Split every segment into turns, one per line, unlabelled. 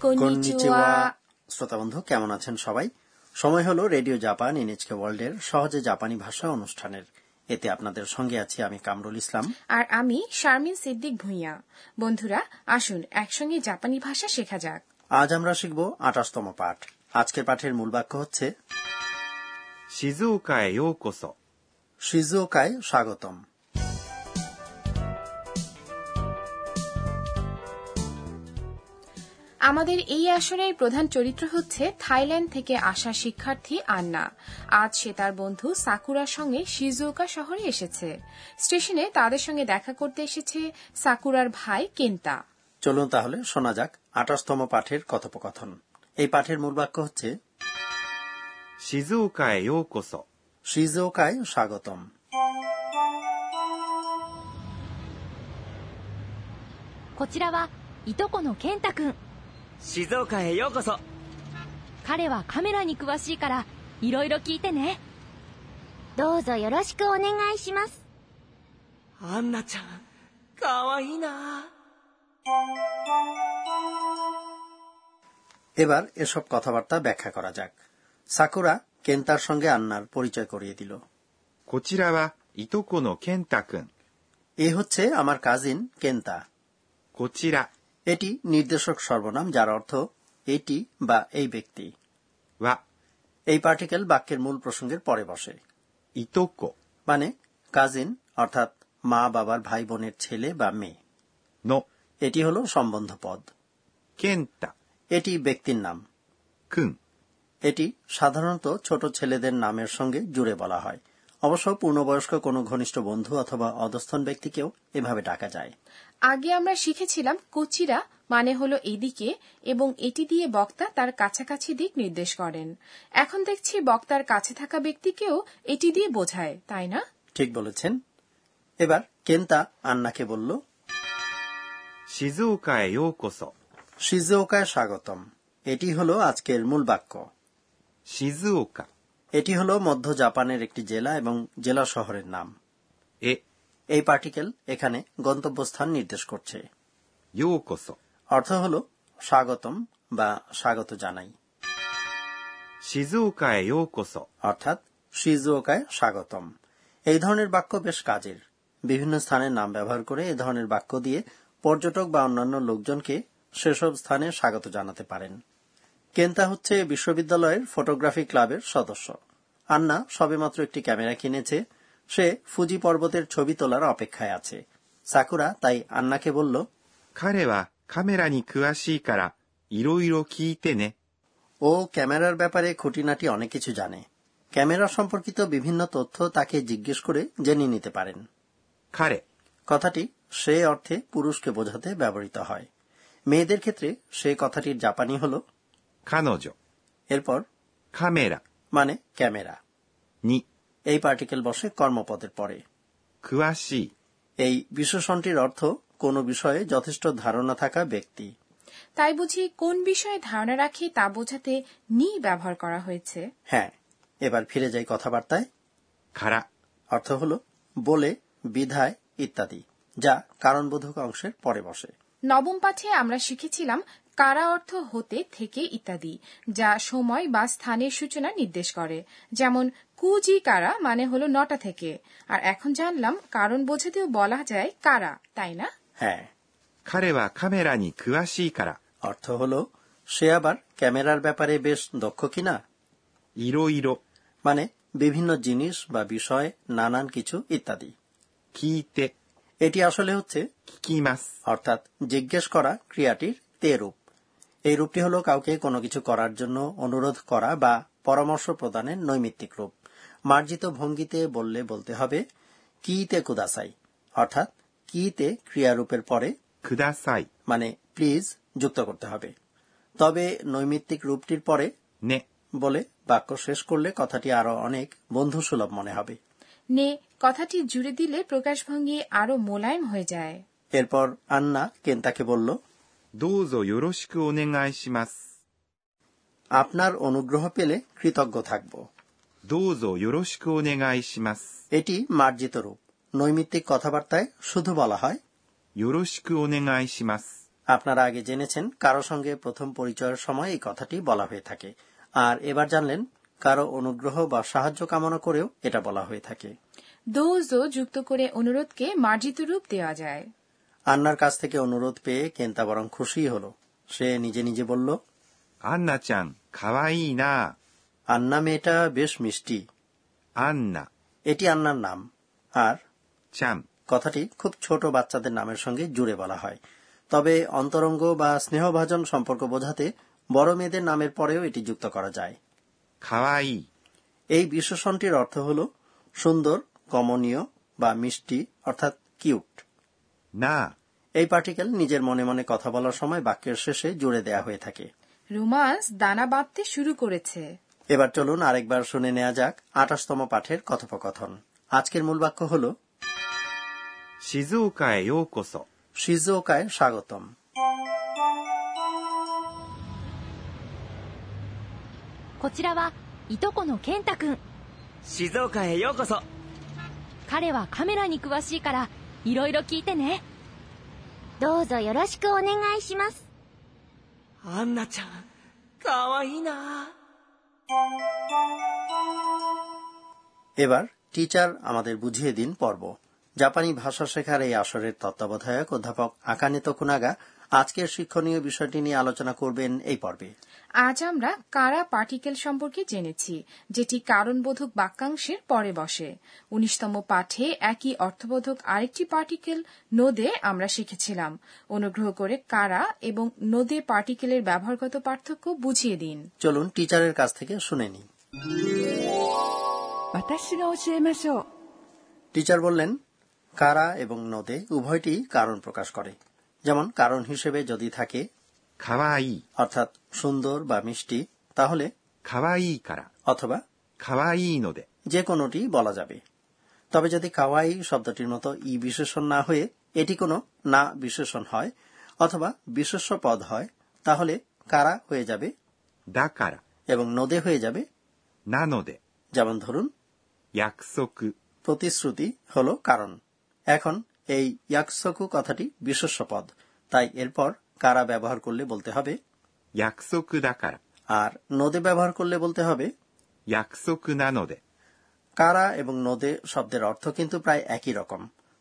こんにちは。
শ্রোতা বন্ধু কেমন আছেন সবাই সময় হলো রেডিও জাপান এনএচকে ওয়ার্ল্ডের সহজে জাপানি ভাষা অনুষ্ঠানের এতে আপনাদের সঙ্গে আছি আমি কামরুল ইসলাম
আর আমি শারমিন সিদ্দিক ভুঁইয়া বন্ধুরা আসুন একসঙ্গে জাপানি ভাষা শেখা যাক
আজ আমরা শিখব আঠাশতম পাঠ আজকের পাঠের মূল বাক্য হচ্ছে
静岡へようこそ
শিজুকায় স্বাগতম
আমাদের এই আসরের প্রধান চরিত্র হচ্ছে থাইল্যান্ড থেকে আসা শিক্ষার্থী আন্না আজ সে তার বন্ধু সাকুরার সঙ্গে শিজুওকা শহরে এসেছে স্টেশনে তাদের সঙ্গে দেখা করতে এসেছে সাকুরার ভাই কেন্তা
চলুন তাহলে শোনা যাক আঠাশতম পাঠের কথোপকথন এই পাঠের মূল বাক্য হচ্ছে
静岡へようこそ
শিজুকায় স্বাগতম
こちらはいとこの健太くん
静岡へようこそ
彼はカメラに詳しいからいろいろ聞いてねどうぞよろしくお願いします
アンナちゃんかわいいな
এবার এসব কথাবার্তা ব্যাখ্যা করা যাক সাকুরা কেন্তার সঙ্গে আন্নার পরিচয় করিয়ে দিল
こちらはいとこの健太くん
এ হচ্ছে আমার কাজিন কেন্তা
こちら
এটি নির্দেশক সর্বনাম যার অর্থ এটি বা এই ব্যক্তি
は
এই পার্টিকেল বাক্যের মূল প্রসঙ্গের পরে বসে
いとこ
মানে কাজিন অর্থাৎ মা বাবার ভাই বোনের ছেলে বা মেয়ে
の
এটি হল সম্বন্ধ পদ
健太
এটি ব্যক্তির নাম
くん
এটি সাধারণত ছোট ছেলেদের নামের সঙ্গে জুড়ে বলা হয় অবশ্য পূর্ণবয়স্ক কোনো ঘনিষ্ঠ বন্ধু অথবা অধস্থন ব্যক্তিকেও এভাবে ডাকা যায়
আগে আমরা শিখেছিলাম কোচিরা মানে হলো এদিকে এবং এটি দিয়ে বক্তা তার কাছাকাছি দিক নির্দেশ করেন এখন দেখছি বক্তার কাছে থাকা ব্যক্তিকেও এটি দিয়ে বোঝায় তাই না
ঠিক বলেছেন এবার কেন্তা আন্নাকে বলল
静岡へようこそ
শিজুওকায় স্বাগতম এটি হলো আজকের মূল বাক্য
静岡
এটি হলো মধ্য জাপানের একটি জেলা এবং জেলা শহরের নাম
へ
এই পার্টিকেল এখানে গন্তব্যস্থান নির্দেশ করছে
ようこそ
অর্থ হল স্বাগতম বা স্বাগত জানাই
静岡へようこそ
অর্থাৎ শিজুওকায় স্বাগতম এই ধরনের বাক্য বেশ কাজের বিভিন্ন স্থানের নাম ব্যবহার করে এই ধরনের বাক্য দিয়ে পর্যটক বা অন্যান্য লোকজনকে সেসব স্থানে স্বাগত জানাতে পারেন কেন্তা হচ্ছে বিশ্ববিদ্যালয়ের ফটোগ্রাফি ক্লাবের সদস্য আন্না সবেমাত্র একটি ক্যামেরা কিনেছে সে ফুজি পর্বতের ছবি তোলার অপেক্ষায় আছে সাকুরা তাই আন্নাকে বলল
彼はカメラに詳しいからいろいろ聞いてね
ও ক্যামেরার ব্যাপারে খুঁটিনাটি অনেক কিছু জানে ক্যামেরা সম্পর্কিত বিভিন্ন তথ্য তাকে জিজ্ঞেস করে জেনে নিতে পারেন
彼
কথাটি সে অর্থে পুরুষকে বোঝাতে ব্যবহৃত হয় মেয়েদের ক্ষেত্রে সে কথাটির জাপানি হল
彼女
এরপর
カメラ
মানে ক্যামেরা
に
এই পার্টিকেল বসে কর্মপদের পরে
詳しい
এই বিশেষণটির অর্থ কোনো বিষয়ে যথেষ্ট ধারণা থাকা ব্যক্তি
তাই বুঝি কোন বিষয়ে ধারণা রাখি তা বোঝাতে নি ব্যবহার করা হয়েছে
হ্যাঁ এবার ফিরে যাই কথাবার্তায়
から
অর্থ হল বলে বিধায় ইত্যাদি যা কারণবোধক অংশের পরে বসে
নবম পাঠে আমরা শিখেছিলাম কারা অর্থ হতে থেকে ইত্যাদি যা সময় বা স্থানের সূচনা নির্দেশ করে যেমন কুজি কারা মানে হলো নটা থেকে আর এখন জানলাম কারণ বোঝাতেও বলা যায় কারা তাই না
হ্যাঁ
彼はカメラに詳しいから、
অর্থ হল সে আবার ক্যামেরার ব্যাপারে বেশ দক্ষ কিনা
いろいろ、
মানে বিভিন্ন জিনিস বা বিষয় নানান কিছু ইত্যাদি
聞いて、
এটি আসলে হচ্ছে
聞きます。
অর্থাৎ জিজ্ঞেস করা ক্রিয়াটির তে রূপ এই রূপটি হলো কাউকে কোনো কিছু করার জন্য অনুরোধ করা বা পরামর্শ প্রদানের নৈমিত্তিক রূপ মার্জিত ভঙ্গিতে বললে বলতে হবে কিতে কুদাসাই অর্থাৎ কিতে ক্রিয়ারূপের পরে
ください、
মানে প্লিজ যুক্ত করতে হবে তবে নৈমিত্তিক রূপটির পরে
ね。
বলে বাক্য শেষ করলে কথাটি আরো অনেক বন্ধুসুলভ মনে হবে
নে কথাটি জুড়ে দিলে প্রকাশভঙ্গি আরো মোলায়েম হয়ে যায়
এরপর আন্না কেন্তাকে বলল
どうぞよろしくお願いします。
আপনার অনুগ্রহ পেলে কৃতজ্ঞ থাকব
どうぞよろしくお願いします。
এটি মার্জিত রূপ নৈমিত্তিক কথাবার্তায় শুধু বলা হয়
よろしくお願いします。
আপনারা আগে জেনেছেন কারো সঙ্গে প্রথম পরিচয়ের সময় এই কথাটি বলা হয়ে থাকে আর এবার জানলেন কারো অনুগ্রহ বা সাহায্য কামনা করেও এটা বলা হয়ে থাকে
দোজো যুক্ত করে অনুরোধকে মার্জিত রূপ দেওয়া যায়
আন্নার কাছ থেকে অনুরোধ পেয়ে কেন্তা বরং খুশি হল সে নিজে নিজে বলল
アンナちゃん、かわいいな。
আন্না মেয়েটা বেশ মিষ্টি
アンナ、
এটি আন্নার নাম আর
ちゃん、
কথাটি খুব ছোট বাচ্চাদের নামের সঙ্গে জুড়ে বলা হয় তবে অন্তরঙ্গ বা স্নেহভাজন সম্পর্ক বোঝাতে বড় মেয়েদের নামের পরেও এটি যুক্ত করা যায়
かわいい。
এই বিশেষণটির অর্থ হল সুন্দর কমনীয় বা মিষ্টি অর্থাৎ কিউট
な
এই পার্টিকেল নিজের মনে মনে কথা বলার সময় বাক্যের শেষে জুড়ে দেয়া হয়ে থাকে
রোমান্স দানা বাঁধতে শুরু করেছে
এবার চলুন আরেকবার শুনে নেওয়া যাক আঠাশতম পাঠের কথোপকথন আজকের মূল বাক্য হল
あ、静岡へようこそ。
শিজোকায় স্বাগতম
こちらはいとこの健太くん
静岡へようこそ
彼はカメラに詳しいからいろいろ聞いてねどうぞよろしくお願いします
アンナちゃんかわいいな
এবার টিচার আমাদের বুঝিয়ে দিন পর্ব জাপানি ভাষা শেখার এই আসরের তত্ত্বাবধায়ক অধ্যাপক আকানে তকুনাগা আজকের শিক্ষণীয় বিষয়টি নিয়ে আলোচনা করবেন এই পর্বে
আজ আমরা কারা পার্টিকেল সম্পর্কে জেনেছি যেটি কারণবোধক বাক্যাংশের পরে বসে উনিশতম পাঠে একই অর্থবোধক আরেকটি পার্টিকেল নোদে আমরা শিখেছিলাম অনুগ্রহ করে কারা এবং নোদে পার্টিকেলের ব্যবহারগত পার্থক্য বুঝিয়ে দিন
চলুন টিচারের কাছ থেকে শুনে নিই
私が教えましょう
টিচার বললেন কারা এবং নদে উভয়টি কারণ প্রকাশ করে যেমন কারণ হিসেবে যদি থাকে
かわいい。
অর্থাৎ সুন্দর বা মিষ্টি তাহলে
かわいいから。
অথবা
かわいいので。
যে কোনোটি বলা যাবে তবে যদি কাওয়াই শব্দটির মতো ই বিশেষণ না হয়ে এটি কোনো না বিশেষণ হয় অথবা বিশেষ্য পদ হয় তাহলে কারা হয়ে যাবে
だから、
এবং নদে হয়ে যাবে
なので、
যেমন ধরুন
約束、
প্রতিশ্রুতি হল কারণ এখন এই ইয়াকসকু কথাটি বিশেষ্য পদ তাই এরপর কারা ব্যবহার করলে বলতে হবে
約束だから。
আর নদে ব্যবহার করলে বলতে হবে
約束なので、
কারা এবং নদে শব্দের অর্থ কিন্তু প্রায় একই রকম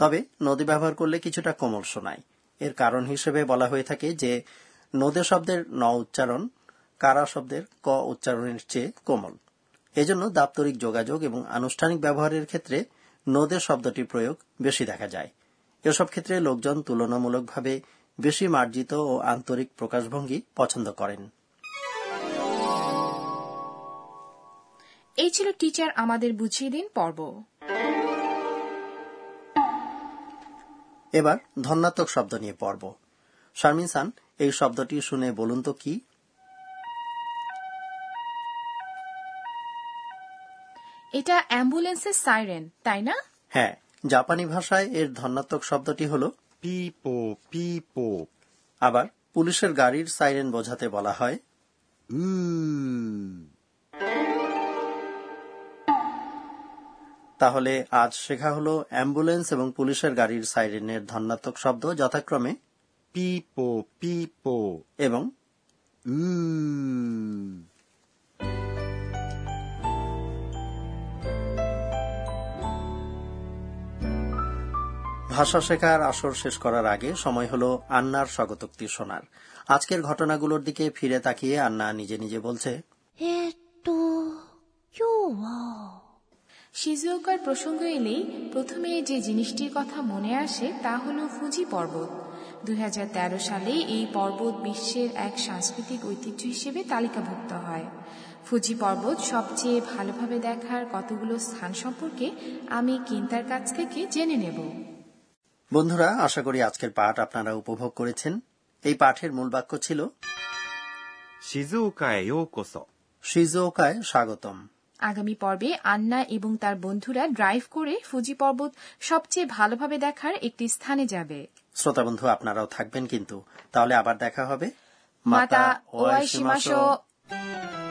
তবে নদে ব্যবহার করলে কিছুটা কোমল শোনায় এর কারণ হিসেবে বলা হয়ে থাকে যে নদে শব্দের ন উচ্চারণ কারা শব্দের ক উচ্চারণের চেয়ে কোমল এজন্য দাপ্তরিক যোগাযোগ এবং আনুষ্ঠানিক ব্যবহারের ক্ষেত্রে নদে শব্দটি প্রয়োগ বেশি দেখা যায় এসব ক্ষেত্রে লোকজন তুলনামূলকভাবে বেশি মার্জিত ও আন্তরিক প্রকাশভঙ্গি পছন্দ করেন
এই ছিল টিচার আমাদের বুঝিয়ে দিন পর্ব
এবার ধন্যাত্মক শব্দ নিয়ে পড়ব শারমিন সান এই শব্দটি শুনে বলুন তো কি
এটা অ্যাম্বুলেন্সের সাইরেন তাই না
হ্যাঁ জাপানি ভাষায় এর ধনাত্মক শব্দটি হল
ピーポー、ピーポー、
আবার পুলিশের গাড়ির সাইরেন বোঝাতে বলা হয়
うー。
তাহলে আজ শেখা হলো অ্যাম্বুলেন্স এবং পুলিশের গাড়ির সাইরেনের ধনাত্মক শব্দ যথাক্রমে
ピーポー、ピーポ
এবং
ー、うー。
ভাষা শেখার আসর শেষ করার আগে সময় হলো আন্নার স্বগতোক্তি শোনার আজকের ঘটনাগুলোর দিকে ফিরে তাকিয়ে আন্না নিজে নিজে বলছে
えーっと今日は
শিজুওকার প্রসঙ্গ এলেই প্রথমে যে জিনিসটির কথা মনে আসে তা হল ফুজি পর্বত দুই সালে এই পর্বত বিশ্বের এক সাংস্কৃতিক ঐতিহ্য হিসেবে তালিকাভুক্ত হয় ফুজি পর্বত সবচেয়ে ভালোভাবে দেখার কতগুলো স্থান সম্পর্কে আমি কিন্তার কাছ থেকে জেনে নেব
বন্ধুরা আশা করি আজকের পাঠ আপনারা উপভোগ করেছেন এই পাঠের মূল বাক্য ছিল
静岡へようこそ。
শিজোকায় স্বাগতম
আগামী পর্বে আন্না এবং তার বন্ধুরা ড্রাইভ করে ফুজি পর্বত সবচেয়ে ভালোভাবে দেখার একটি স্থানে যাবে
শ্রোতা বন্ধু আপনারাও থাকবেন কিন্তু তাহলে আবার দেখা হবে
またお会いしましょう。